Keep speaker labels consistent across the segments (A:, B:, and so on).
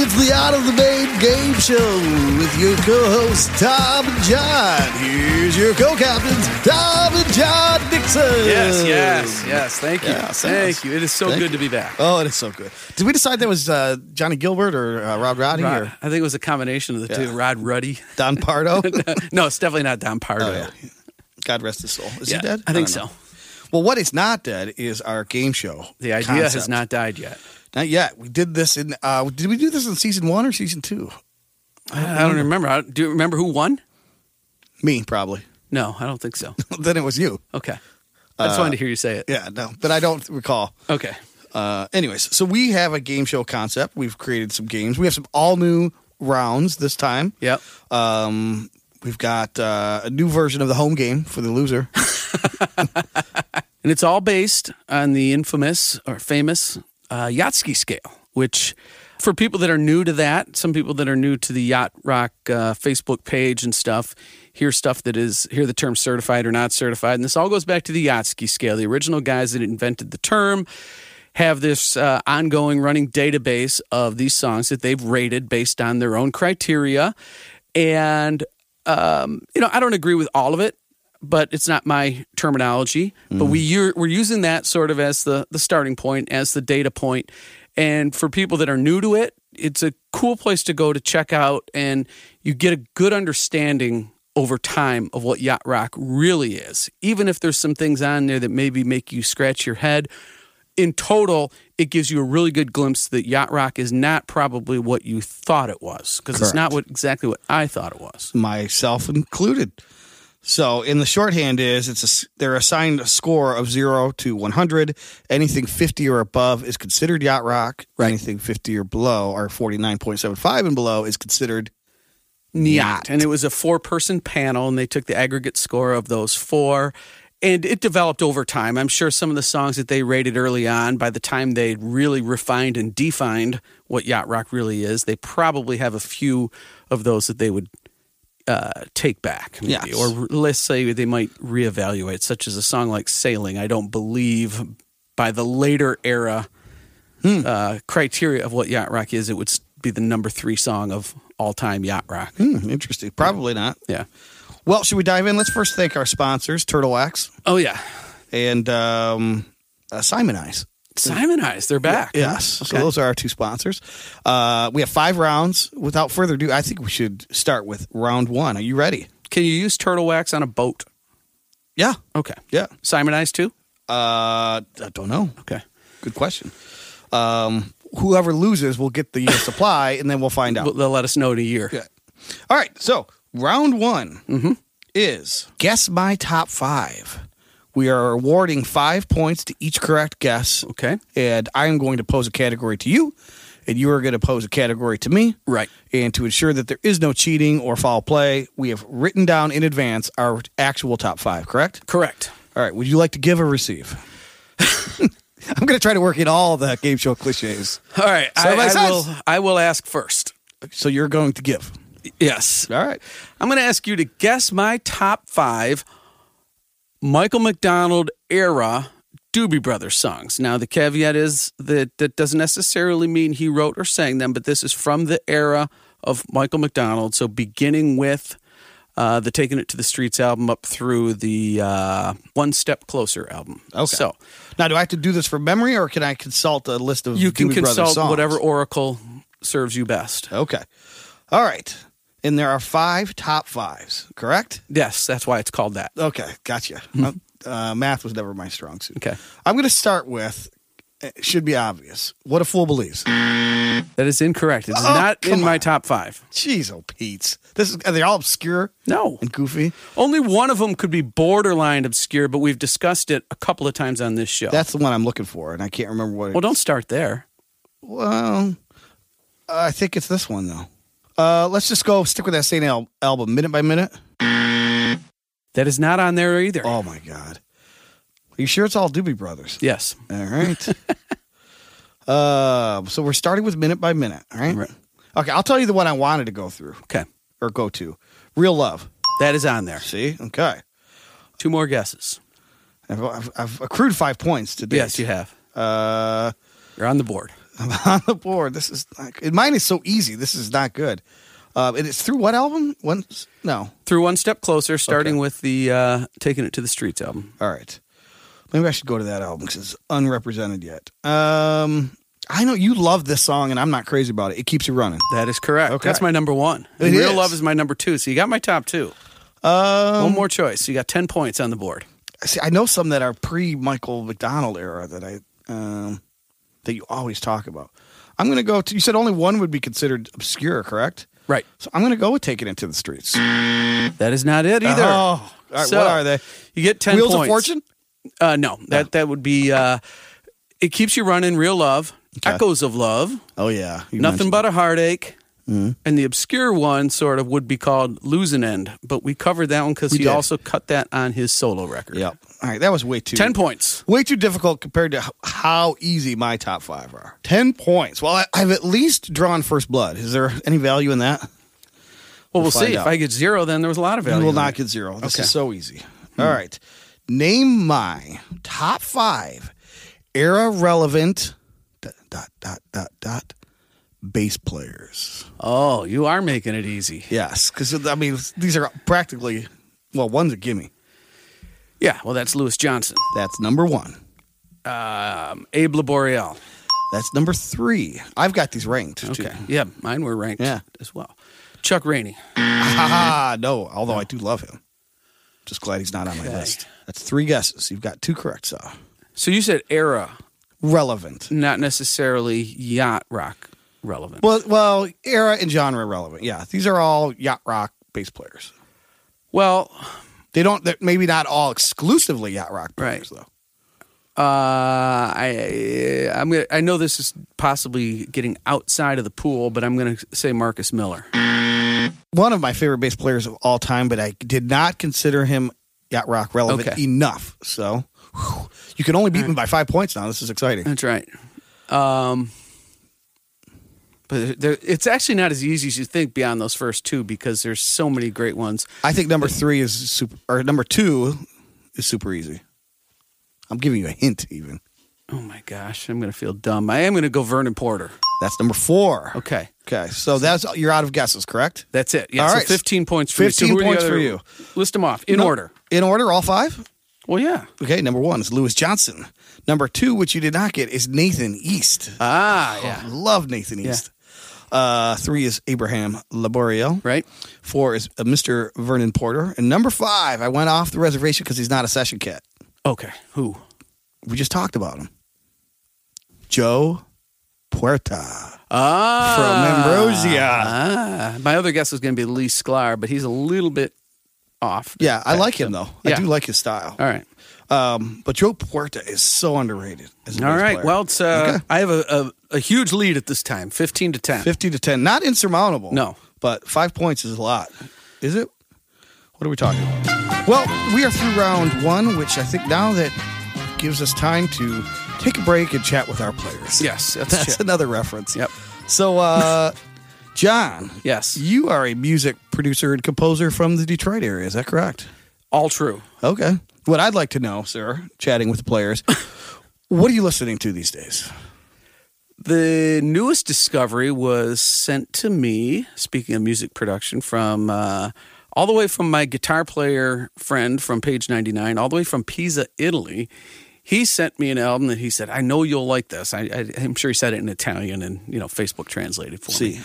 A: It's the Out of the Babe Game Show with your co-hosts Tom and John. Here's your co-captains, Tom and John Dixon.
B: Yes, yes, yes. Thank you.
A: Yes,
B: Thank
A: yes.
B: you. It is so
A: Thank
B: good
A: you.
B: to be back.
A: Oh, it is so good. Did we decide that was uh, Johnny Gilbert or uh, Rob Roddy
B: Rod-
A: or
B: I think it was a combination of the
A: Yeah.
B: two. Rod Ruddy.
A: Don Pardo?
B: no, it's definitely not Don Pardo.
A: Oh, yeah. God rest his soul. Is
B: Yeah,
A: he dead?
B: I think
A: don't know.
B: so.
A: Well, what is not dead is our game show.
B: The idea has
A: concept.
B: not died yet.
A: Not yet. We did this in. Uh, did we do this in season one or season two?
B: I don't remember. I don't- do you remember who won?
A: Me probably.
B: No, I don't think so.
A: then it was you.
B: Okay. I
A: Uh,
B: just wanted to hear you say it.
A: Yeah, no, but I don't recall.
B: Okay.
A: Uh, anyways, so we have a game show concept. We've created some games. We have some all new rounds this time.
B: Yep.
A: Um, we've got uh, a new version of the home game for the loser.
B: And it's all based on the infamous or famous uh, Yachtsky scale, which, for people that are new to that, some people that are new to the Yacht Rock uh, Facebook page and stuff, hear stuff that is, hear the term certified or not certified. And this all goes back to the Yachtsky scale, the original guys that invented the term. Have this uh, ongoing running database of these songs that they've rated based on their own criteria. And um, you know, I don't agree with all of it, but it's not my terminology. But we u- we're using that sort of as the the starting point, as the data point, and for people that are new to it, it's a cool place to go to check out, and you get a good understanding over time of what yacht rock really is. Even if there's some things on there that maybe make you scratch your head, in total, it gives you a really good glimpse that yacht rock is not probably what you thought it was because it's not what exactly what I thought it was.
A: myself included. So, in the shorthand is it's a, s- they're assigned a score of zero to one hundred. Anything fifty or above is considered yacht rock. Anything fifty or below, or forty nine point seven five and below, is considered
B: Yacht. And it was a four person panel, and they took the aggregate score of those four. And it developed over time. I'm sure some of the songs that they rated early on, by the time they really refined and defined what yacht rock really is, they probably have a few of those that they would uh, take back. Maybe.
A: Yes.
B: Or let's say they might reevaluate, such as a song like Sailing, I Don't Believe, by the later era uh, criteria of what yacht rock is, it would s- be the number three song of all time yacht rock.
A: hmm, interesting. Probably not.
B: Yeah.
A: Well, should we dive in? Let's first thank our sponsors, Turtle Wax
B: Oh yeah.
A: and um, uh, Simon Eyes.
B: Simon Eyes, they're back.
A: Yes. So those are our two sponsors. Uh, we have five rounds. Without further ado, I think we should start with round one. Are you ready?
B: Can you use turtle wax on a boat?
A: Yeah.
B: Okay.
A: Yeah.
B: Simon Eyes too?
A: Uh, I don't know.
B: Okay.
A: Good question. Um, whoever loses will get the uh, supply, and then we'll find out.
B: Well, they'll let us know in a year.
A: Yeah. All right. So round one is guess my top five. We are awarding five points to each correct guess.
B: Okay.
A: And I am going to pose a category to you, and you are going to pose a category to me.
B: Right.
A: And to ensure that there is no cheating or foul play, we have written down in advance our actual top five, correct?
B: Correct.
A: All right. Would you like to give or receive? I'm going to try to work in all the game show cliches.
B: All right.
A: So
B: I,
A: makes
B: I
A: sense.
B: will I will ask first.
A: So you're going to give.
B: Yes.
A: All right.
B: I'm gonna ask you to guess my top five Michael McDonald era Doobie Brothers songs. Now, the caveat is that that doesn't necessarily mean he wrote or sang them, but this is from the era of Michael McDonald. So, beginning with uh, the Taking It to the Streets album up through the uh, One Step Closer album.
A: Okay.
B: So,
A: Now, do I have to do this from memory, or can I consult a list of
B: you can
A: Doobie Brothers
B: consult
A: songs?
B: whatever oracle serves you best.
A: Okay, all right. And there are five top fives, correct?
B: Yes, that's why it's called that.
A: Okay, gotcha. Uh, math was never my strong suit.
B: Mm-hmm. Okay.
A: I'm going to start with. It should be obvious. What a fool believes.
B: That is incorrect. It's
A: Oh,
B: not in
A: come
B: my
A: on.
B: top five.
A: Jeez, oh Pete's. This is. Are they all obscure
B: No.
A: and goofy?
B: Only one of them could be borderline obscure, but we've discussed it a couple of times on this show.
A: That's the one I'm looking for, and I can't remember what. It,
B: well, don't start there.
A: well, I think it's this one though. Uh, let's just go stick with that same al- album, minute by minute.
B: That is not on there either.
A: Oh my God. Are you sure it's all Doobie Brothers?
B: Yes.
A: All right. uh, so we're starting with minute by minute. All right?
B: Right.
A: Okay, I'll tell you the one I wanted to go through
B: Okay.
A: or go to. Real love.
B: That is on there.
A: See? Okay.
B: Two more guesses.
A: I've, I've, I've accrued five points today.
B: Yes, you have.
A: Uh,
B: You're on the board.
A: I'm on the board. This is not, and mine is so easy. This is not good. Uh, and it's through what album? One? No.
B: Through One Step Closer, starting with the uh, Taking It to the Streets album.
A: All right. Maybe I should go to that album because it's unrepresented yet. Um, I know you love this song, and I'm not crazy about it. It keeps you running.
B: That is correct.
A: Okay.
B: That's my number one. And
A: It
B: Real
A: is.
B: Love is my number two. So you got my top two.
A: Um,
B: One more choice. You got 10 points on the board.
A: see, I know some that are pre Michael McDonald era that I um, that you always talk about. I'm going to go to. You said only one would be considered obscure, correct?
B: Right.
A: So I'm going to go with "Taking It to the Streets."
B: That is not it either.
A: Oh, all right,
B: Mm-hmm. So-
A: what are they?
B: You get 10
A: Wheels
B: points.
A: of Fortune.
B: Uh, no, that, that would be uh, It Keeps You Running, Real Love, Echoes of Love,
A: Oh yeah, You mentioned- Mm-hmm.
B: Nothing But a Heartache. And the obscure one sort of would be called Lose an End, but we covered that one because he
A: did.
B: also cut that on his solo record.
A: Yep. All right, that was way too
B: 10 points.
A: way too difficult compared to h- how easy my top five are. Ten points. Well, I, I've at least drawn first blood. Is there any value in that?
B: Well, we'll,
A: We'll
B: see.
A: find
B: If
A: out.
B: I get zero, then there was a lot of value.
A: You will
B: in
A: not
B: it.
A: get zero. This
B: Okay.
A: is so easy. All right. Name my top five era relevant dot dot dot dot dot bass players.
B: Oh, you are making it easy.
A: Yes, because I mean these are practically well, one's a gimme.
B: Yeah, well, that's Lewis Johnson,
A: That's number one.
B: um, Abe Laboriel.
A: That's number three. I've got these ranked. too.
B: Okay, yeah, mine were ranked
A: Yeah.
B: as well. Chuck Rainey.
A: Ah, no. Although I do love him. Just glad he's not on my list. That's three guesses. You've got two correct, so
B: So you said era,
A: relevant.
B: not necessarily yacht rock relevant.
A: Well, well, era and genre relevant. Yeah, these are all yacht rock bass players.
B: Well,
A: They don't. They're maybe not all exclusively yacht rock players, though.
B: uh, I uh, I'm gonna, I know this is possibly getting outside of the pool, but I'm going to say Marcus Miller.
A: One of my favorite bass players of all time, but I did not consider him yacht rock relevant
B: Okay.
A: enough. So whew, you can only beat me by five points now. This is exciting.
B: That's right. Um, but there, it's actually not as easy as you think beyond those first two because there's so many great ones.
A: I think number three is super, or number two is super easy. I'm giving you a hint, even.
B: Oh my gosh, I'm gonna feel dumb. I am gonna go Vernon Porter.
A: That's number four.
B: Okay,
A: Okay, so that's you're out of guesses, correct?
B: that's it. Yeah,
A: All
B: so
A: right.
B: 15 points for you. So
A: 15
B: who are the
A: points
B: other-
A: for you.
B: List them off in
A: No-
B: order.
A: In order, all five.
B: Well, yeah.
A: Okay, number one is Lewis Johnson. Number two, which you did not get, is Nathan East.
B: Ah,
A: I
B: yeah.
A: love Nathan
B: Yeah.
A: East. Uh, three is Abraham Laboriel.
B: Right.
A: Four is uh, Mr. Vernon Porter. And number five, I went off the reservation because he's not a session cat.
B: Okay. Who?
A: We just talked about him. Joe Puerta
B: Ah,
A: from Ambrosia.
B: Ah, my other guess was gonna be Lee Sklar, but he's a little bit off.
A: Yeah, I like him though.
B: Yeah.
A: I do like his style.
B: All right.
A: Um, but Joe Puerta is so underrated. As a
B: All
A: bass
B: right.
A: player.
B: Well, it's, uh,
A: Okay.
B: I have a, a, a huge lead at this time, fifteen to ten.
A: fifty to ten, not insurmountable.
B: No.
A: but five points is a lot. Is it? What are we talking about? Well, we are through round one, which I think now that gives us time to take a break and chat with our players.
B: Yes, that's,
A: that's
B: it.
A: another reference.
B: Yep.
A: So, uh, John,
B: Yes.
A: you are a music producer and composer from the Detroit area. Is that correct?
B: All true.
A: Okay. What I'd like to know, sir, chatting with the players, what are you listening to these days?
B: The newest discovery was sent to me, speaking of music production, from uh, all the way from my guitar player friend from page 99, all the way from Pisa, Italy. He sent me an album that he said, I know you'll like this. I, I, I'm sure he said it in Italian and, you know, Facebook translated for me.
A: See.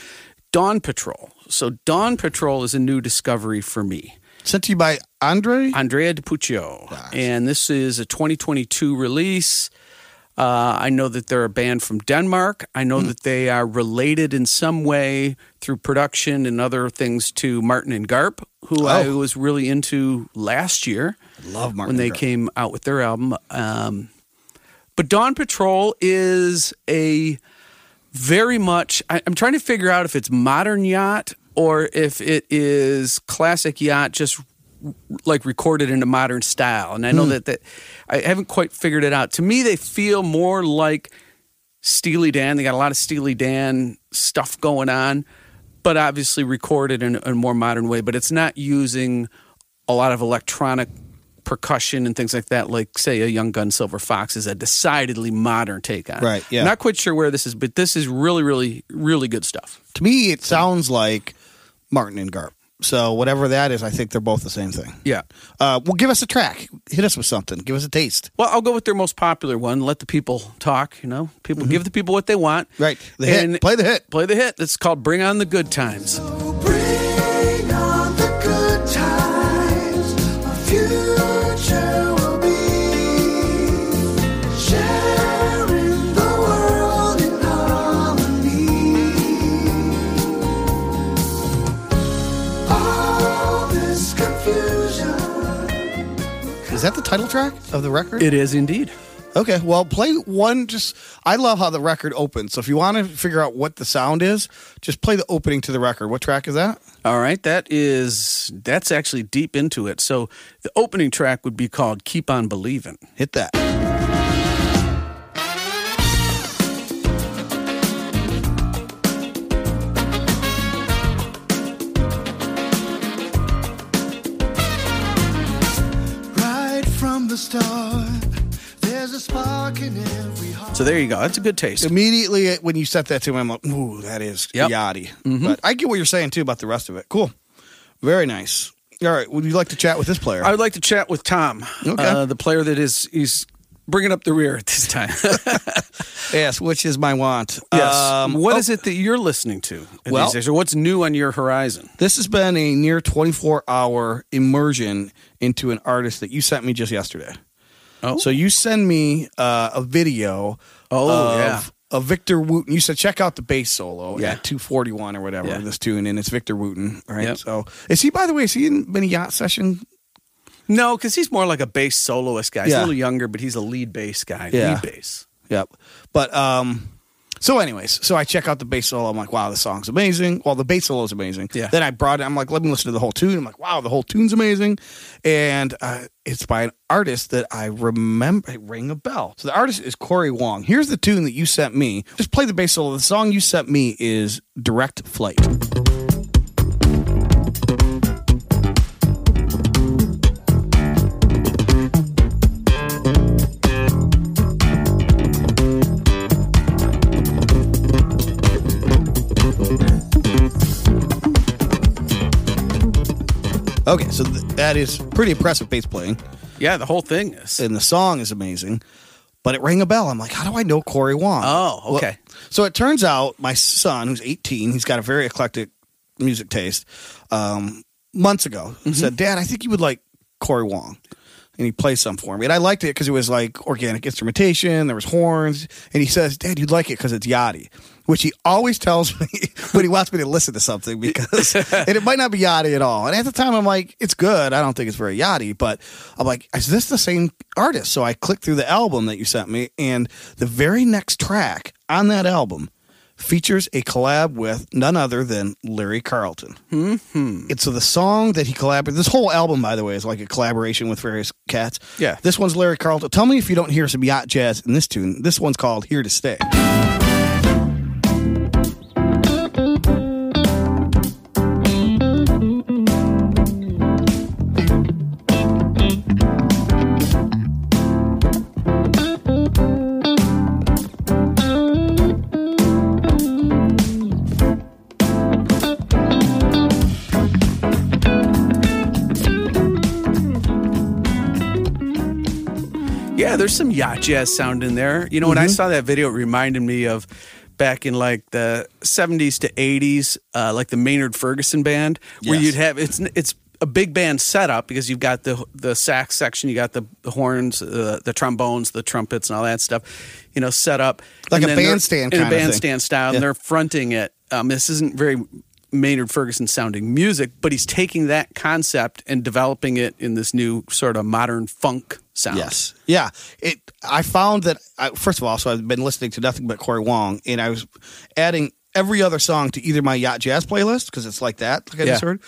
B: Dawn Patrol. So Dawn Patrol is a new discovery for me.
A: Sent to you by Andre.
B: Andrea DiPuccio. And this is a 2022 release. Uh, I know that they're a band from Denmark. I
A: Hmm.
B: know that they are related in some way through production and other things to Martin and Garp, who I
A: Oh.
B: was really into last year
A: Love Martin.
B: when they
A: Garrix.
B: came out with their album. Um, but Dawn Patrol is a very much. I, I'm trying to figure out if it's modern yacht or if it is classic yacht, just r- like recorded in a modern style. And I
A: Hmm.
B: know that that I haven't quite figured it out. To me, they feel more like Steely Dan. They got a lot of Steely Dan stuff going on, but obviously recorded in a more modern way. But it's not using a lot of electronic percussion and things like that, like say a Young Gun Silver Fox is a decidedly modern take on. it.
A: Right, yeah.
B: Not quite sure where this is, but this is really, really, really good stuff.
A: To me, it sounds like Martin and Garp. So whatever that is, I think they're both the same thing.
B: Yeah.
A: Uh, well, give us a track. Hit us with something. Give us a taste.
B: Well, I'll go with their most popular one. Let the people talk. You know, people give the people what they want.
A: Mm-hmm. Right. The hit.
B: And
A: Play the hit.
B: Play the hit. It's called "Bring On the Good Times."
C: Bring on the good times. Our future will be sharing the world in harmony. All this confusion.
A: Is that the title track of the record?
B: It is indeed.
A: Okay, well, play one. Just I love how the record opens. So if you want to figure out what the sound is, just play the opening to the record. What track is that?
B: All right, that is that's actually deep into it. So the opening track would be called "Keep on Believing."
A: Hit that.
C: Right from the start, there's a spark in every heart.
B: So there you go. That's a good taste.
A: Immediately when you set that to me, I'm like, ooh, that is
B: Yep.
A: yachty. But I get what you're saying too about the rest of it. Cool, very nice. All right, would you like to chat with this player?
B: I would like to chat with Tom,
A: Okay.
B: uh, the player that is he's bringing up the rear at this time.
A: yes, which is my want.
B: yes.
A: Um,
B: what
A: oh,
B: is it that you're listening to these
A: Well-
B: days, or what's new on your horizon?
A: This has been a near 24 hour immersion into an artist that you sent me just yesterday.
B: Oh,
A: So you send me uh, a video
B: Oh,
A: of,
B: yeah.
A: of Victor Wooten. You said check out the bass solo
B: Yeah.
A: at 241 or whatever
B: Yeah.
A: this tune, and it's Victor Wooten. All right.
B: Yep.
A: So is he, by the way, is he in many yacht session?
B: no, because he's more like a bass soloist guy. He's
A: Yeah.
B: a little younger, but he's a lead bass guy.
A: Yeah.
B: Lead bass.
A: Yep. But um, so anyways, so I check out the bass solo. I'm like, wow, the song's amazing. Well, the bass solo's amazing.
B: Yeah.
A: Then I brought it. I'm like, let me listen to the whole tune. I'm like, wow, the whole tune's amazing, and uh, it's by an artist that I remember. it Ring a bell. So the artist is Corey Wong. Here's the tune that you sent me. Just play the bass solo. The song you sent me is Direct Flight. Okay, so th- that is pretty impressive bass playing.
B: Yeah, the whole thing is.
A: and the song is amazing, but it rang a bell. I'm like, how do I know Corey Wong?
B: Oh, okay.
A: Well, so it turns out my son, who's 18, he's got a very eclectic music taste. Um, months ago, said, "Dad, I think you would like Corey Wong." And he played some for me, and I liked it because it was like organic instrumentation. There was horns, and he says, "Dad, you'd like it because it's yachty," which he always tells me when he wants me to listen to something because, and it might not be yachty at all. And at the time, I'm like, "It's good. I don't think it's very yachty," but I'm like, "Is this the same artist?" So I clicked through the album that you sent me, and the very next track on that album features a collab with none other than Larry Carlton. And so the song that he collaborated, this whole album, by the way, is like a collaboration with various cats.
B: Yeah.
A: This one's Larry Carlton. Tell me if you don't hear some yacht jazz in this tune. This one's called Here to Stay.
B: Yeah, there's some yacht jazz sound in there. You know, when I
A: Mm-hmm.
B: saw that video, it reminded me of back in like the 70s to 80s, uh, like the Maynard Ferguson band, where
A: Yes.
B: you'd have it's it's a big band setup because you've got the the sax section, you got the, the horns, uh, the trombones, the trumpets, and all that stuff. You know, set up
A: Like
B: And
A: a
B: then they're-
A: bandstand
B: in a
A: kind of thing.
B: bandstand style,
A: Yeah.
B: and they're fronting it. Um, this isn't very Maynard Ferguson sounding music, but he's taking that concept and developing it in this new sort of modern funk sound.
A: Yes. Yeah. It. I found that I, first of all, so I've been listening to nothing but Corey Wong, and I was adding every other song to either my yacht jazz playlist because it's like that, like I just
B: Yeah.
A: heard,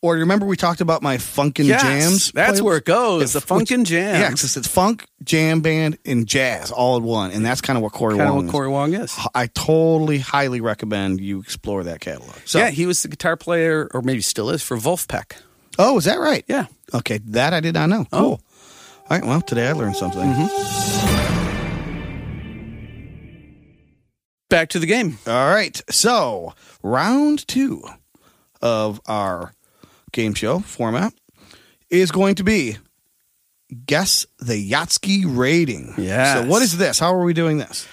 A: or remember we talked about my funkin'
B: Yes,
A: jams.
B: that's where it goes, the
A: which-
B: funkin' jams.
A: Yeah, 'cause it's funk, jam band, and jazz all in one, and that's kind of what Corey
B: kind of
A: Wong.
B: what
A: is.
B: Corey Wong is.
A: I totally highly recommend you explore that catalog. So,
B: yeah, he was the guitar player, or maybe still is, for Wolfpack.
A: oh, is that right?
B: Yeah. Oh.
A: Okay, that I did not know. Cool. All right. Well, today I learned something.
B: Mm-hmm. Back to the game.
A: All right. So, round two of our game show format is going to be guess the Yatsky rating.
B: Yes. Uh,
A: So, what is this? How are we doing this?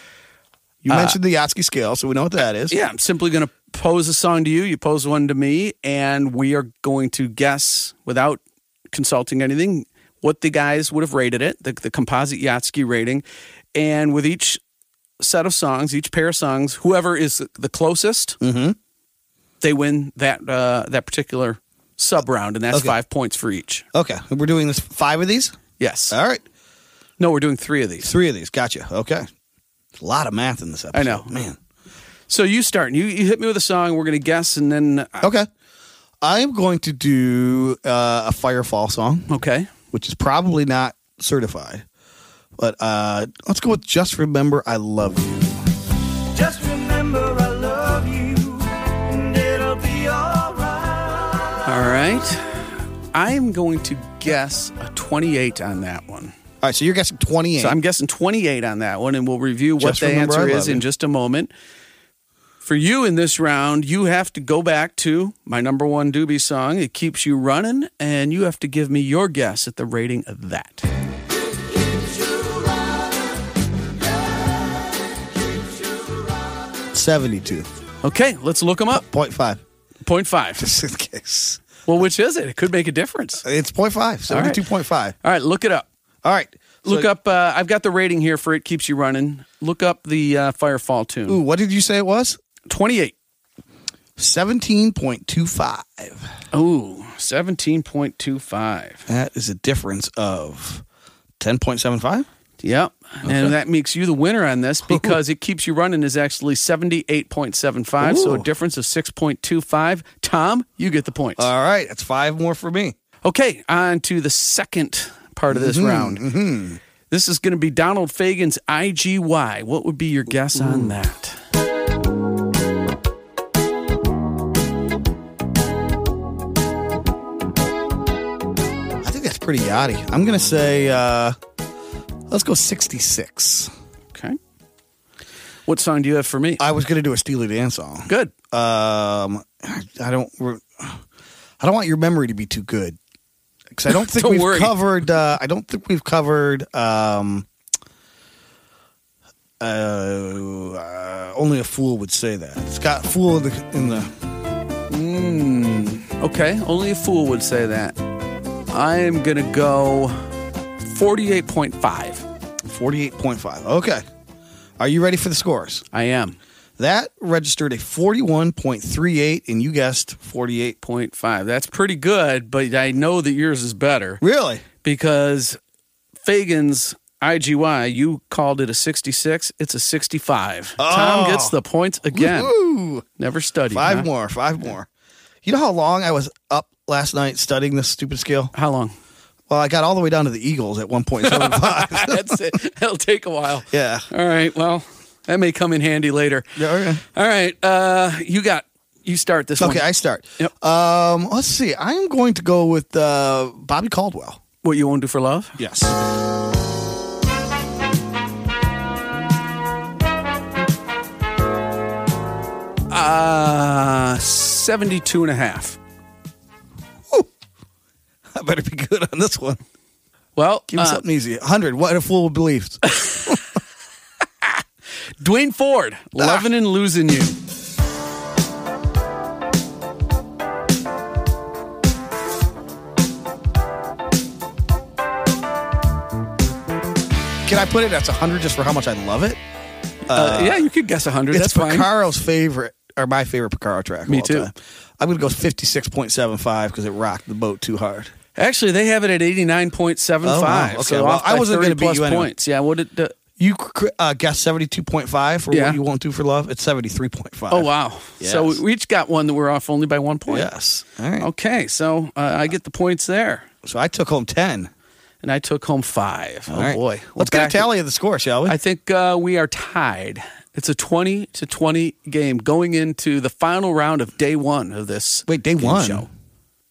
A: You mentioned the Yatsky scale, so we know what that is.
B: Yeah, I'm simply going to pose a song to you. You pose one to me, and we are going to guess without consulting anything what the guys would have rated it, the, the composite Yatsky rating. And with each set of songs, each pair of songs, whoever is the closest,
A: Mm-hmm.
B: they win that uh, that particular sub round, and that's
A: Okay.
B: five points for each.
A: Okay. We're doing this five of these.
B: Yes.
A: All right.
B: No, we're doing three of these.
A: Three of these. Gotcha. Okay. It's a lot of math in this episode.
B: I know.
A: Man.
B: So you start. You, you hit me with a song. We're going to guess, and then uh,
A: Okay. I'm going to do uh, a Firefall song.
B: okay.
A: which is probably not certified. But uh, let's go with Just Remember I Love You.
C: Just remember I love you, and it'll be alright.
B: All right. I am going to guess a 28 on that one.
A: All right, so you're guessing 28.
B: So I'm guessing 28 on that one, and we'll review what
A: Just
B: the
A: remember
B: answer
A: I
B: is
A: love you.
B: in just a moment. For you in this round, you have to go back to my number one doobie song, It Keeps You Running, and you have to give me your guess at the rating of that.
A: Seventy-two
B: Okay, let's look them up.
A: point five. 72.5,
B: Point 0.5.
A: just in case.
B: Well, which is it? It could make a difference.
A: It's point five.
B: All right.
A: 72.5.
B: All right, look it up.
A: All right. so-
B: Look up, uh, I've got the rating here for It Keeps You Running. Look up the uh, Firefall tune.
A: Ooh, what did you say it was?
B: 28.
A: 17.25.
B: Oh, 17.25.
A: That is a difference of 10.75.
B: Yep. And that makes you the winner on this because it keeps you running is actually 78.75. So a
A: Ooh.
B: difference of 6.25. Tom, you get the points.
A: All right. That's five more for me.
B: okay. On to the second part of this
A: Mm-hmm,
B: round. This is going to be Donald Fagen's IGY. What would be your guess on that?
A: I think that's pretty yachty. I'm going to say, uh, let's go 66.
B: Okay. What song do you have for me?
A: I was going to do a Steely Dan song.
B: Good.
A: um, I, I don't, re- I don't want your memory to be too good because I don't think
B: Don't
A: we've
B: worry.
A: covered. Uh, I don't think we've covered. Um, uh, uh, only a fool would say that. It's got fool in the. In the
B: Hmm. Okay. Only a fool would say that. I am going to go 48.5.
A: 48.5. Okay. Are you ready for the scores?
B: I am.
A: That registered a 41.38 and you guessed 48.
B: 0.5. That's pretty good, but I know that yours is better
A: Really?
B: because Fagan's IGY, you called it a 66. It's a 65. Tom gets the points again.
A: Woo!
B: Never studied.
A: Oh. Five
B: huh?
A: more, five more. You know how long I was up last night studying this stupid scale?
B: How long?
A: Well, I got all the way down to the Eagles at 1.75.
B: That's it. It'll take a while.
A: yeah.
B: All right. Well, that may come in handy later.
A: Yeah, okay.
B: All right. Uh, you got, you start this
A: Okay,
B: one.
A: I start.
B: Yep.
A: Um, let's see. I am going to go with uh, Bobby Caldwell.
B: What you won't do for love?
A: Yes.
B: Uh, 72 and a half.
A: I better be good on this one.
B: Well,
A: Give me
B: uh,
A: something easy. 100. What a fool believes.
B: Dwayne Ford,
A: Ah.
B: loving and losing you.
A: Can I put it as 100 just for how much I love it?
B: Uh, yeah, you could guess 100. That's
A: It's
B: fine.
A: Picaro's favorite, or my favorite Picaro track. of
B: Me
A: all
B: too.
A: time. I'm going to go 56.75 because it rocked the boat too hard.
B: Actually, they have it at 89.75.
A: Oh, wow. Okay,
B: So
A: well,
B: off
A: I
B: by
A: wasn't
B: 30
A: gonna beat
B: plus
A: you anyway.
B: points. Yeah, what did the,
A: You cr- uh, guessed 72.5 for
B: Yeah.
A: what you won't do for love. It's 73.5.
B: Oh, wow. So
A: Yes.
B: we each got one that we're off only by one point.
A: Yes. All right.
B: Okay, so uh, I get the points there.
A: So I took home 10.
B: And I took home five. Oh,
A: All right.
B: boy. We're
A: Let's get a
B: back-
A: tally of the score, shall we?
B: I think uh, we are tied. It's a 20 to 20 game going into the final round of day one of this
A: Wait, day
B: game
A: one?
B: show.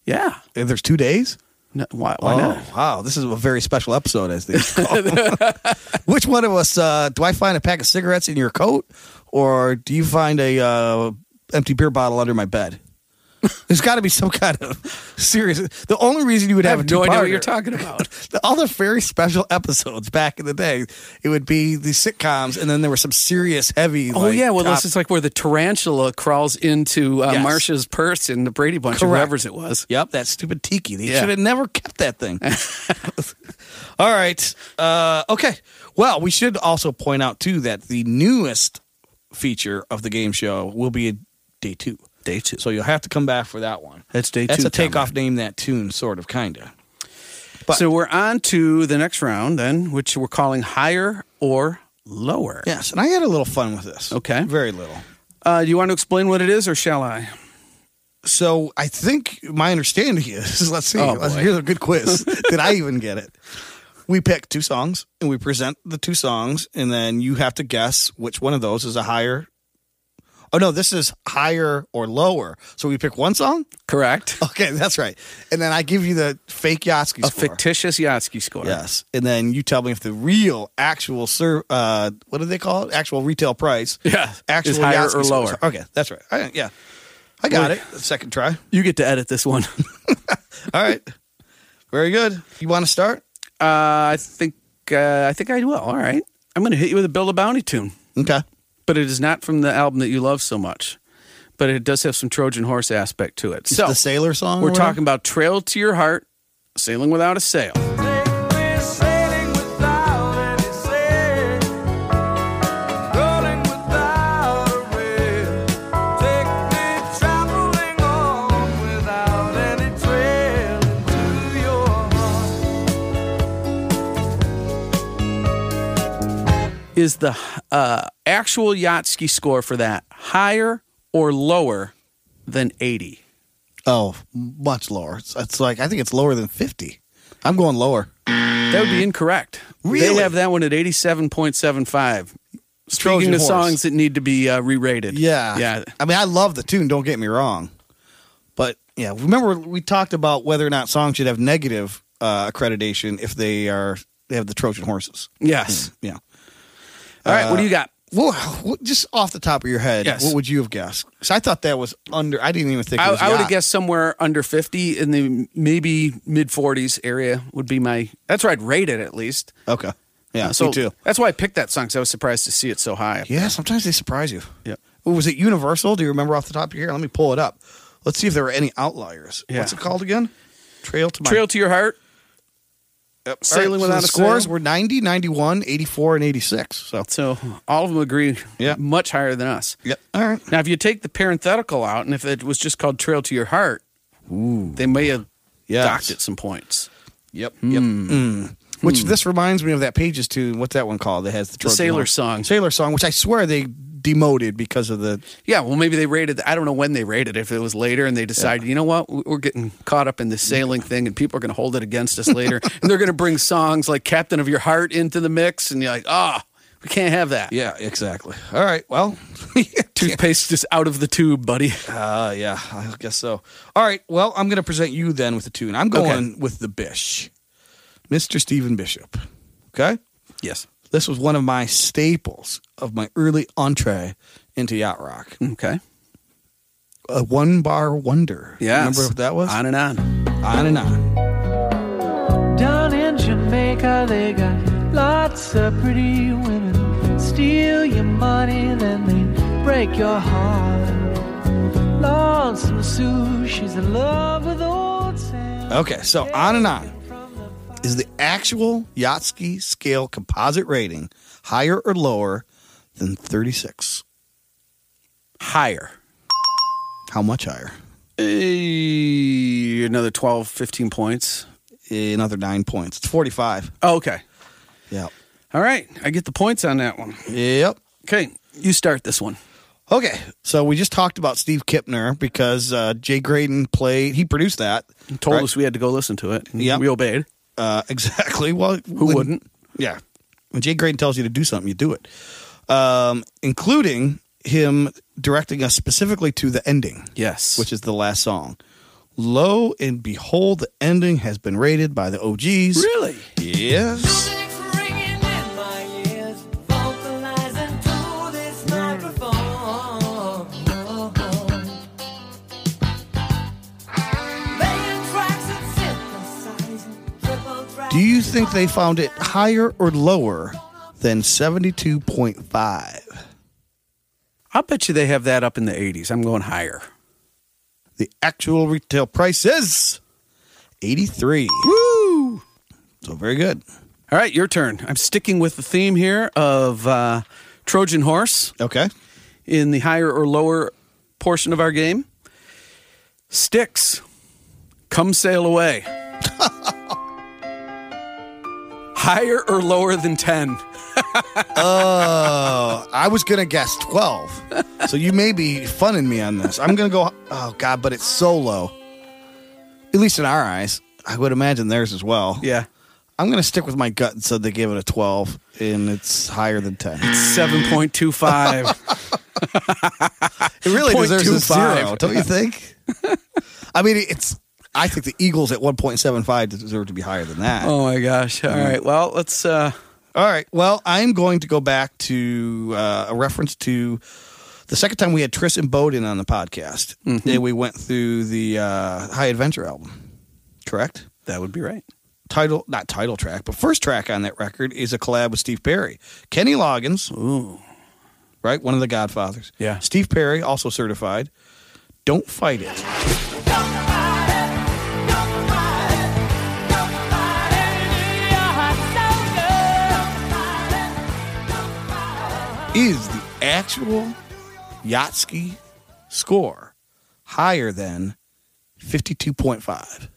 B: Yeah.
A: And there's two days?
B: No, why, why not?
A: Oh, wow. This is a very special episode, as they call it. Which one of us, uh, do I find a pack of cigarettes in your coat or do you find a uh, empty beer bottle under my bed? There's got to be some kind of serious. The only reason you would
B: I
A: have,
B: have no
A: a
B: idea what
A: two-parter-
B: you're talking about.
A: the- all the very special episodes back in the day, it would be the sitcoms, and then there were some serious heavy.
B: Oh
A: like,
B: yeah, well
A: top-
B: this is like where the tarantula crawls into uh,
A: Yes.
B: Marsha's purse in the Brady Bunch, or
A: Correct.
B: whoever's it was.
A: Yep, that stupid tiki. They
B: Yeah.
A: should have never kept that thing. All right. Uh, okay. Well, we should also point out too that the newest feature of the game show will be a day two.
B: Day two.
A: So you'll have to come back for that one.
B: That's day
A: That's
B: two.
A: a takeoff name that tune, sort of, kinda. But-
B: So we're on to the next round then, which we're calling higher or lower.
A: Yes, and I had a little fun with this.
B: Okay.
A: Very little.
B: Uh, do you want to explain what it is, or shall I?
A: So I think my understanding is let's see.
B: Oh,
A: let's-
B: boy.
A: here's a good quiz. Did I even get it? We pick two songs and we present the two songs, and then you have to guess which one of those is a higher. Oh no, this is higher or lower. So we pick one song.
B: Correct.
A: Okay, that's right. And then I give you the fake Yatsky
B: A
A: score.
B: fictitious Yatsky score.
A: Yes, and then you tell me if the real, actual, ser- uh, what do they call it? Actual retail price.
B: Yeah.
A: actual
B: Is higher
A: Yatsky
B: or
A: score.
B: lower.
A: Okay, that's right. I, yeah, I got it. Second try.
B: You get to edit this one.
A: All right. Very good. You want to start?
B: Uh, I think uh, I think I will. All right. I'm going to hit you with a Build a Bounty tune,
A: Okay.
B: but it is not from the album that you love so much. But it does have some Trojan horse aspect to it. So
A: the Sailor song? or
B: we're
A: whatever?
B: talking about Trail to Your Heart, Sailing Without a Sail. Is the uh, actual Yatsky score for that higher or lower than 80?
A: Oh, much lower. It's, it's like, I think it's lower than 50. I'm going lower.
B: That would be incorrect.
A: Mm. Really?
B: They have that one at 87.75. Speaking
A: Trojan
B: of
A: horse.
B: songs that need to be uh, re-rated.
A: Yeah.
B: Yeah.
A: I mean, I love the tune, don't get me wrong. But yeah, remember we talked about whether or not songs should have negative uh, accreditation if they are they have the Trojan horses.
B: Yes.
A: Yeah.
B: All right, what do you
A: Uh,
B: got?
A: Well, what- just off the top of your head,
B: Yes.
A: what would you have guessed? 'Cause I thought that was under. I didn't even think. It
B: I,
A: was
B: I would have
A: yacht.
B: guessed somewhere under 50 in the maybe mid 40s area would be my. That's where I'd rate it at least.
A: Okay. Yeah.
B: so
A: me too.
B: That's why I picked that song because I was surprised to see it so high.
A: Yeah, sometimes they surprise you.
B: Yeah.
A: Ooh, Was it Universal? Do you remember off the top of your head? Let me pull it up. Let's see if there were any outliers.
B: Yeah.
A: What's it called again? Trail to my
B: Trail to Your Heart.
A: Yep. All right,
B: Sailing
A: so
B: Without a
A: the scores
B: Sail.
A: were 90, 91, 84, and 86. So,
B: So all of them agree
A: Yeah.
B: much higher than us.
A: yep. All right.
B: Now, if you take the parenthetical out and if it was just called Trail to Your Heart, they may have
A: Yes.
B: docked at some points.
A: Yep. Yep. Mm. Which this reminds me of that Pages tune. What's that one called? That has the, Trojan
B: Sailor
A: horse?
B: Song.
A: Sailor song, which I swear they demoted because of the.
B: Yeah, well, maybe they rated. I don't know when they rated. If it was later, and they decided, you know what, we- we're getting caught up in this sailing thing, and people are going to hold it against us later, and they're going to bring songs like "Captain of Your Heart" into the mix, and you're like, ah, we can't have that.
A: Yeah, exactly. All right. Well,
B: Toothpaste just out of the tube, buddy.
A: uh, yeah, I guess so. All right. Well, I'm going to present you then with the tune. I'm going with the Bish, Mr. Stephen Bishop. Okay.
B: Yes.
A: This was one of my staples of my early entree into yacht rock.
B: Okay.
A: A one bar wonder.
B: Yeah.
A: Remember what that was?
B: On and on.
A: on and on.
D: Down in Jamaica, they got lots of pretty women. Steal your money, then they break your heart. Lonesome Sue, she's in love with old Sam.
A: Okay, so on and on is the actual Yatsky scale composite rating higher or lower than 36?
B: Higher.
A: How much higher?
B: Eh, another 12, 15 points.
A: Another nine points. It's 45.
B: Oh, okay.
A: Yep.
B: All right. I get the points on that one.
A: Yep.
B: Okay. You start this one.
A: Okay, so we just talked about Steve Kipner because uh, Jay Graydon played, he produced that.
B: You told
A: Right.
B: us we had to go listen to it. and
A: Yep.
B: We obeyed.
A: Uh, exactly. Well,
B: Who wouldn't?
A: Yeah. When Jay Graydon tells you to do something, you do it. Um, including him directing us specifically to the ending,
B: Yes.
A: which is the last song, Lo and behold, the ending has been rated by the OGs.
B: Really?
A: Yes. Do you think they found it higher or lower than 72.5?
B: I'll bet you they have that up in the 80s. I'm going higher.
A: The actual retail price is 83.
B: Woo!
A: So very good.
B: All right, your turn. I'm sticking with the theme here of uh, Trojan Horse
A: Okay.
B: in the higher or lower portion of our game. Sticks, come sail away. higher or lower than 10?
A: Oh, I was going to guess 12. So you may be funning me on this. I'm going to go, oh, God, but it's so low. At least in our eyes. I would imagine theirs as well.
B: Yeah.
A: I'm going to stick with my gut and so they gave it a 12, and it's higher than 10.
B: 7.25.
A: It really deserves a
B: 0.25.
A: zero, don't you think? I mean, it's. I think the Eagles at 1.75 deserve to be higher than that.
B: oh my gosh. All right. Well, let's uh
A: All right. Well, I'm going to go back to uh, a reference to the second time we had Tristan Bowden on the podcast. And we went through the uh, High Adventure album, correct?
B: that would be right.
A: Title, not title track, but first track on that record is a collab with Steve Perry. Kenny Loggins,
B: Ooh.
A: right? One of the Godfathers.
B: Yeah.
A: Steve Perry, also certified. Don't fight it. Is the actual Yatsky score higher than 52.5?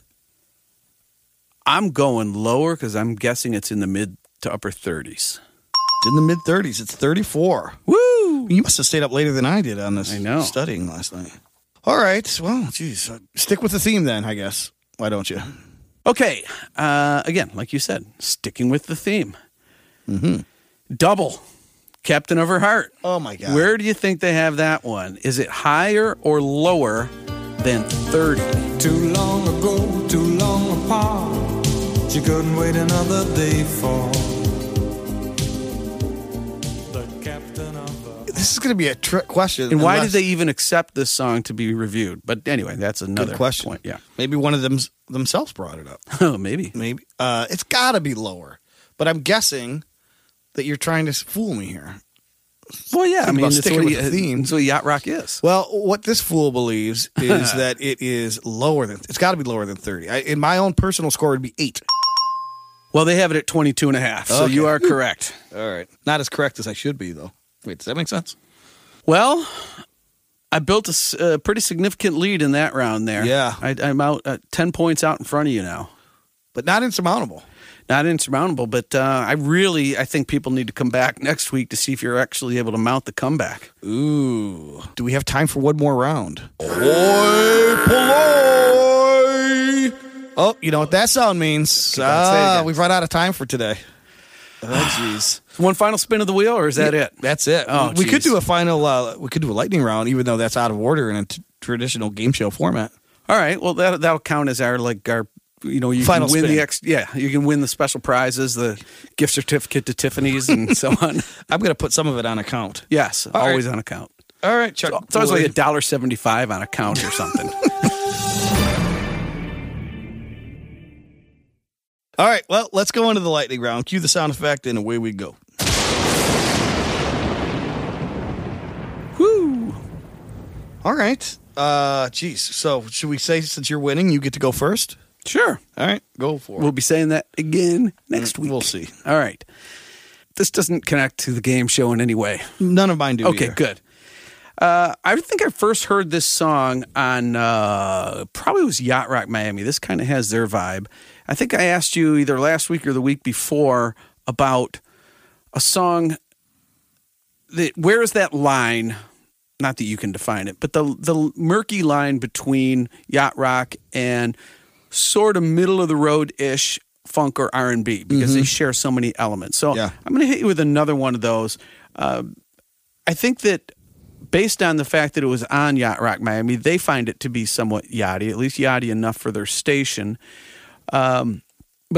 B: I'm going lower cuz I'm guessing it's in the mid to upper 30s.
A: It's in the mid 30s. It's 34.
B: Woo!
A: You must have stayed up later than I did on this
B: I know.
A: studying last night. All right. Well, geez. Stick with the theme then, I guess. Why don't you?
B: Okay. Uh, again, like you said, sticking with the theme.
A: Mm-hmm.
B: Double, Captain of Her Heart.
A: Oh, my God.
B: Where do you think they have that one? Is it higher or lower than 30?
E: Too long ago, too long apart. She couldn't wait another day for the captain of the.
A: This is going to be a trick question.
B: And why did
A: unless-
B: they even accept this song to be reviewed? But anyway, that's another
A: Good question.
B: point. Yeah.
A: Maybe one of them themselves brought it up.
B: Oh, maybe.
A: Maybe uh, it's got to be lower, but I'm guessing that you're trying to s- fool me here.
B: Well, yeah. I
A: Think
B: mean,
A: about
B: it's
A: sticking
B: what,
A: with the theme.
B: it's what yacht rock is.
A: Well, what this fool believes is that it is lower than it's got to be lower than thirty. I, in my own personal score, would be eight.
B: Well, they have it at 22 and a half. So
A: Okay.
B: you are correct.
A: All right, not as correct as I should be though. Wait, does that make sense?
B: Well, I built a s- a pretty significant lead in that round there.
A: Yeah.
B: I, I'm out uh, 10 points out in front of you now.
A: But not insurmountable.
B: Not insurmountable, but uh, I really I think people need to come back next week to see if you're actually able to mount the comeback.
A: Ooh, do we have time for one more round? Oh, you know what that sound means?
B: on, say it
A: Ah,
B: again.
A: we've run out of time for today. Oh, jeez.
B: One final spin of the wheel, or is that it?
A: That's it.
B: Oh,
A: we we could
B: geez.
A: do a final. Uh, we could do a lightning round, even though that's out of order in a t- traditional game show format.
B: All right. Well, that that'll count as our like our you know you
A: Final
B: can win
A: spin.
B: the ex yeah you can win the special prizes, the gift certificate to Tiffany's and so on.
A: I'm going to put some of it on account.
B: Yes,
A: right.
B: always on account.
A: All right, Chuck.
B: So it's like a
A: Wood.
B: dollar seventy five on account or something.
A: All right. Well, let's go into the lightning round. Cue the sound effect, and away we go.
B: Woo!
A: All right. Uh, geez. So should we say since you're winning, you get to go first?
B: Sure.
A: All right, go for
B: We'll
A: it.
B: be saying that again next week.
A: Mm, We'll see.
B: All right. This doesn't connect to the game show in any way.
A: None of mine do.
B: Okay,
A: either.
B: good. Uh, I think I first heard this song on uh, probably it was Yacht Rock Miami. This kind of has their vibe. I think I asked you either last week or the week before about a song that where is that line? Not that you can define it, but the the murky line between yacht rock and sort of middle of the road ish funk or R and B because they share so many elements. So
A: Yeah.
B: I'm going to hit you with another one of those. Uh, I think that based on the fact that it was on Yacht Rock Miami, they find it to be somewhat yachty, at least yachty enough for their station. But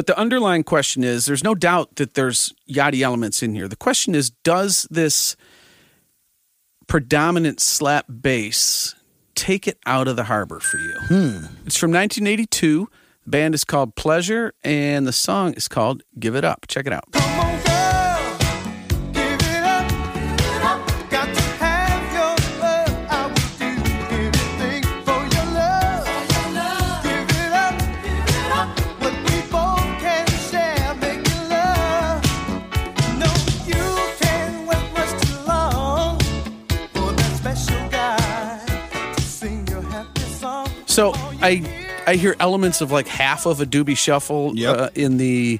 B: the underlying question is there's no doubt that there's yachty elements in here. The question is does this predominant slap bass take it out of the harbor for you? It's from 1982. The band is called Pleasure, and the song is called Give It Up. Check it out.
E: Come on, girl, give it up. Got to have your love. I would do anything for your love. Give it up. What we both can share, making love. No, you can't wait much too long for that special guy to sing your happy song.
B: So I I hear elements of like half of a doobie shuffle
A: Yep.
B: uh, in the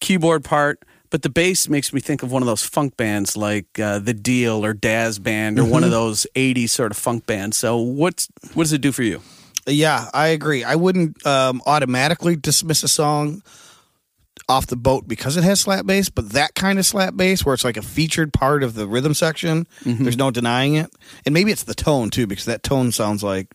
B: keyboard part, but the bass makes me think of one of those funk bands like uh, the Deal or Daz Band or one
A: Mm-hmm.
B: of those '80s sort of funk bands. So what's what does it do for you?
A: Yeah, I agree. I wouldn't um, automatically dismiss a song off the boat because it has slap bass, but that kind of slap bass where it's like a featured part of the rhythm section,
B: Mm-hmm.
A: there's no denying it. And maybe it's the tone too, because that tone sounds like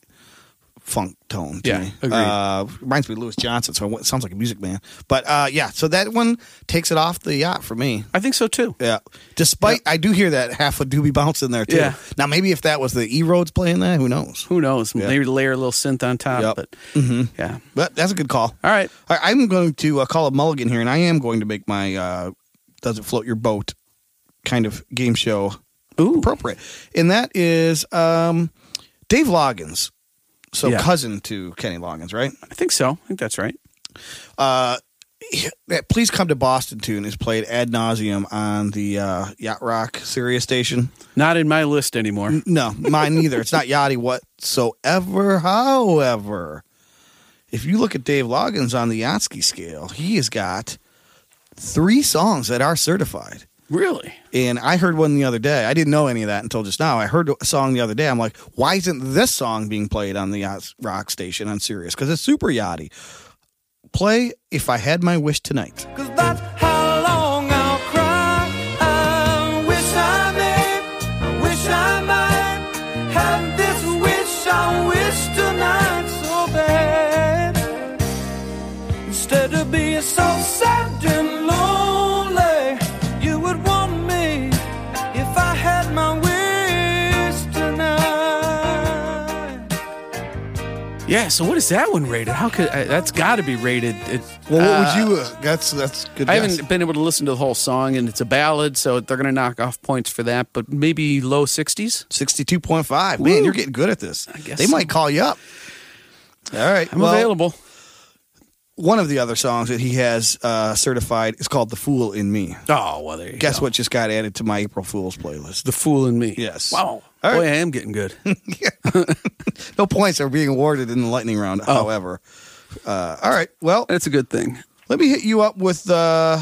A: funk tone to
B: Yeah,
A: me.
B: agreed.
A: Uh, reminds me of Louis Johnson, so it sounds like a music man. But uh, yeah, so that one takes it off the yacht for me.
B: I think so too.
A: Yeah. Despite I do hear that half a doobie bounce in there too.
B: Yeah.
A: Now maybe if that was the E Roads playing that, who knows?
B: Who knows? Maybe layer a little synth on top,
A: Yep. Mm-hmm.
B: but yeah.
A: But that's a good call.
B: All right.
A: I, I'm going to uh, call a mulligan here, and I am going to make my uh, "Does it float your boat?" kind of game show
B: Ooh.
A: appropriate, and that is um, Dave Loggins, so
B: Yeah.
A: cousin to Kenny Loggins, right?
B: I think so. I think that's right.
A: Uh, that "Please Come to Boston" tune is played ad nauseum on the uh, Yacht Rock Sirius station.
B: Not in my list anymore.
A: No, mine neither. It's not yachty whatsoever. However, if you look at Dave Loggins on the Yatsky scale, he has got three songs that are certified.
B: Really?
A: And I heard one the other day. I didn't know any of that until just now. I heard a song the other day. I'm like, why isn't this song being played on the yacht rock station on Sirius? Because it's super yachty. Play If I Had My Wish Tonight.
E: Cause that's how long I'll cry. I wish I may, I wish I might have this wish I wish tonight so bad. Instead of being so sad and lonely, you would want me if I had my wish tonight.
B: Yeah. So what is that one rated? How could I, that's got to be rated? It, uh,
A: what would you? that's that's good.
B: I haven't been able to listen to the whole song, and it's a ballad, so they're going to knock off points for that. But maybe low sixties.
A: 62.5. Man,
B: Woo.
A: you're getting good at this. I
B: guess
A: they might
B: so.
A: call you up. All right.
B: I'm
A: well,
B: available.
A: One of the other songs that he has uh, certified is called The Fool in Me.
B: Oh well, there you
A: Guess
B: go.
A: what just got added to my April Fool's playlist?
B: The fool in me.
A: Yes.
B: Wow.
A: All
B: Boy,
A: right.
B: I am getting good.
A: No points are being awarded in the lightning round,
B: Oh.
A: however. Uh, all right. Well,
B: That's a good thing.
A: let me hit you up with uh,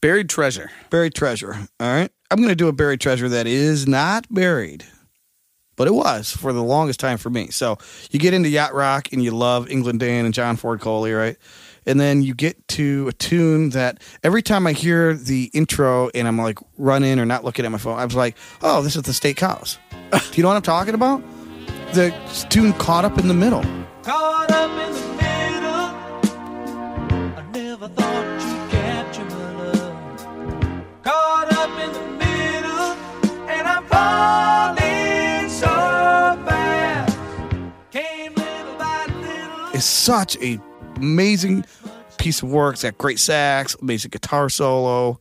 B: Buried treasure.
A: Buried Treasure. All right. I'm going to do a buried treasure that is not buried, but it was for the longest time for me. So you get into Yacht Rock and you love England Dan and John Ford Coley, right? And then you get to a tune that every time I hear the intro and I'm like running or not looking at my phone, I was like, oh, this is the steakhouse. do you know what I'm talking about? The tune caught up in the middle.
D: caught up in the middle. I never thought you'd capture my love. Caught up in the middle, and I'm falling so fast. Came little by little.
A: is such a amazing piece of work. It's got great sax, amazing guitar solo,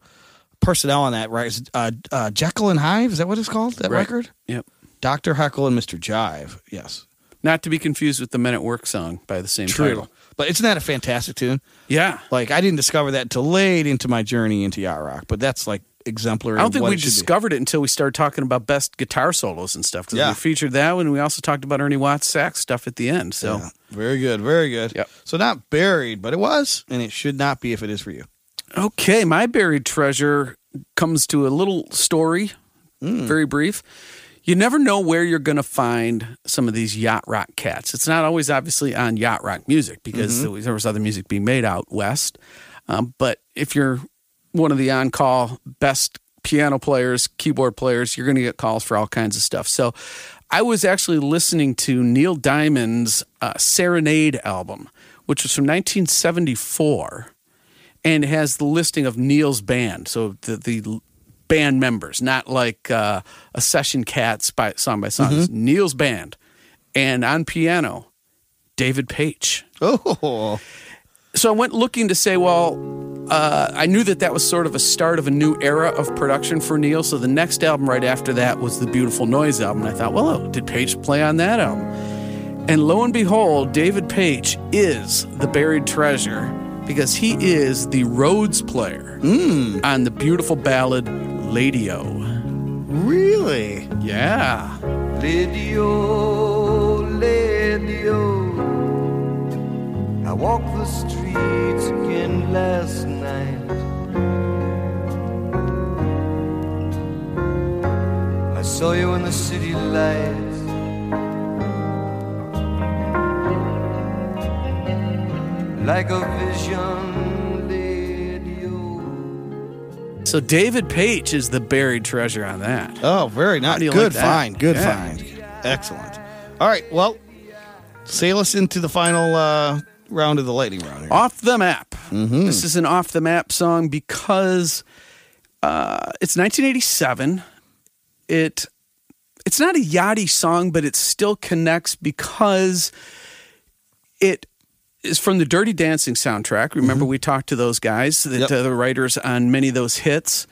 A: personnel on that. Right, Is, uh, uh, Jekyll and Hive. Is that what it's called? That
B: Right.
A: record,
B: Yep.
A: Doctor Heckle and Mister Jive. Yes,
B: Not to be confused with the Men at Work song by the same title.
A: But isn't that a fantastic tune?
B: Yeah.
A: Like I didn't discover that till late into my journey into yacht rock, but that's like exemplary.
B: I don't
A: of
B: think
A: what
B: we
A: it should be.
B: discovered it until we started talking about best guitar solos and stuff. Because
A: Yeah.
B: we featured that one, and we also talked about Ernie Watts sax stuff at the end. So
A: Yeah. Very good, very good.
B: Yep.
A: So not buried, but it was, and it should not be if it is for you.
B: Okay, my buried treasure comes to a little story, very brief. You never know where you're going to find some of these yacht rock cats. It's not always obviously on yacht rock music because there was- there was other music being made out west. Um, but if you're one of the on call best piano players, keyboard players, you're going to get calls for all kinds of stuff. So I was actually listening to Neil Diamond's uh, Serenade album, which was from 1974 and has the listing of Neil's band. So the, the band members, not like uh, a session cats by song by song. It's Neil's band. And on piano, David Page.
A: Oh,
B: So I went looking to say, well, uh, I knew that that was sort of a start of a new era of production for Neil. So the next album right after that was the Beautiful Noise album. And I thought, well, oh, did Page play on that album? And lo and behold, David Page is the buried treasure because he is the Rhodes player on the beautiful ballad Lady O.
A: really?
B: Yeah.
E: Lady O, Lady O, I walked the streets again last night. I saw you in the city lights. Like a vision, Lady O.
B: So David Page is the buried treasure on that.
A: Oh, very nice.
B: do you
A: Good
B: like that?
A: find. Good
B: Yeah.
A: find. Excellent. All right. Well, sail us into the final uh, round of the lightning round. Here.
B: Off the Map. This is an off the map song because uh, it's 1987. It it's not a yachty song, but it still connects because it is from the Dirty Dancing soundtrack. Remember, we talked to those guys, the,
A: Yep.
B: to the writers on many of those hits.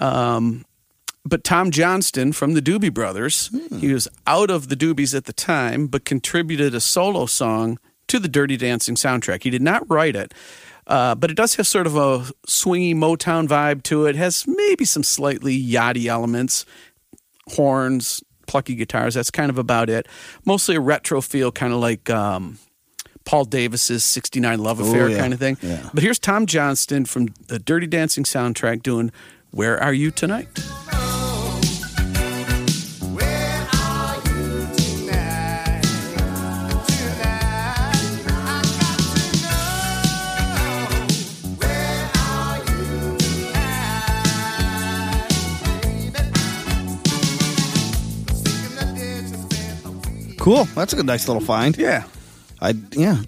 B: But Tom Johnston from the Doobie Brothers,
A: Hmm.
B: he was out of the Doobies at the time, but contributed a solo song to the Dirty Dancing soundtrack. He did not write it, uh, but it does have sort of a swingy Motown vibe to it. Has maybe some slightly yachty elements, horns, plucky guitars. That's kind of about it. Mostly a retro feel, kind of like um, Paul Davis's '69 Love Affair
A: Oh, yeah.
B: kind of thing.
A: Yeah.
B: But here's Tom Johnston from the Dirty Dancing soundtrack doing "Where Are You Tonight."
E: Where are you tonight? Tonight, I got to know. Where are you tonight, baby? I'm sick of the dishes that we
A: Cool. That's a good, nice little find.
B: Yeah.
A: I yeah.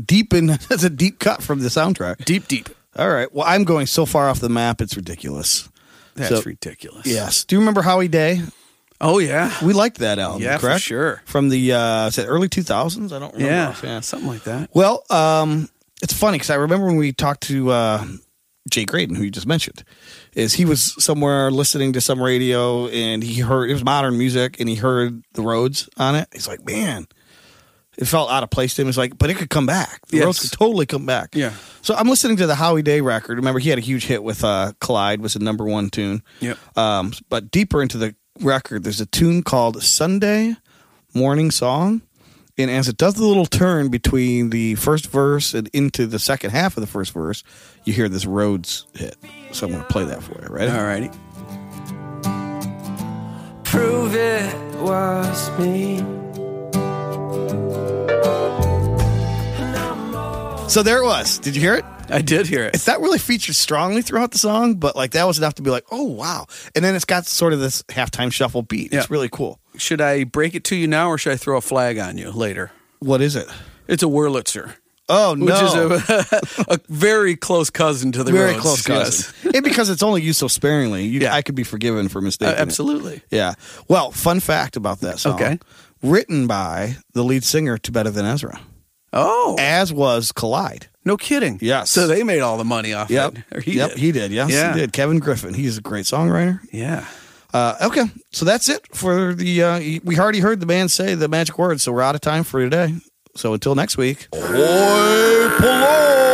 A: Deep in that's a deep cut from the soundtrack.
B: Deep, deep.
A: All right. Well, I'm going so far off the map, it's ridiculous.
B: That's
A: So-
B: ridiculous.
A: Yes. Do you remember Howie Day?
B: Oh yeah.
A: We liked that album,
B: Yeah, for
A: correct?
B: sure.
A: From the uh, is it early 2000s. I don't remember.
B: Yeah.
A: offhand.
B: yeah. Something like that.
A: Well, um, it's funny because I remember when we talked to uh, Jay Graydon, who you just mentioned, is he was somewhere listening to some radio and he heard it was modern music and he heard the Roads on it. He's like, man, it felt out of place to him. It's like, but it could come back. The
B: Yes.
A: Roads could totally come back.
B: Yeah.
A: So I'm listening to the Howie Day record. Remember, he had a huge hit with uh, Collide was the number one tune.
B: Yep.
A: Um, but deeper into the record, there's a tune called Sunday Morning Song. And as it does the little turn between the first verse and into the second half of the first verse, you hear this Rhodes hit. So I'm going to play that for you, right?
B: All righty.
D: prove it was me.
A: So there it was. Did you hear it?
B: I did hear it.
A: It's not really featured strongly throughout the song, but like that was enough to be like, oh, wow. And then it's got sort of this halftime shuffle beat.
B: Yeah.
A: It's really cool.
B: Should I break it to you now, or should I throw a flag on you later?
A: What is it?
B: It's a Wurlitzer,
A: Oh, no.
B: which is a, a very close cousin to the
A: very
B: Rhodes,
A: close cousin. It- because it's only used so sparingly. You,
B: Yeah.
A: I could be forgiven for mistaking.
B: Yes. Uh,
A: it.
B: absolutely.
A: Yeah. Well, fun fact about that song.
B: Okay.
A: Written by the lead singer to Better Than Ezra,
B: Oh,
A: as was Collide.
B: no kidding.
A: Yes.
B: So they made all the money off
A: Yep.
B: it. Or he
A: yep.
B: did.
A: He did. Yes.
B: Yeah.
A: He did. Kevin Griffin. He's a great songwriter.
B: yeah.
A: Uh, okay. So that's it for the. Uh, we already heard the band say the magic words, so we're out of time for today. So until next week. Ahoy, Palo!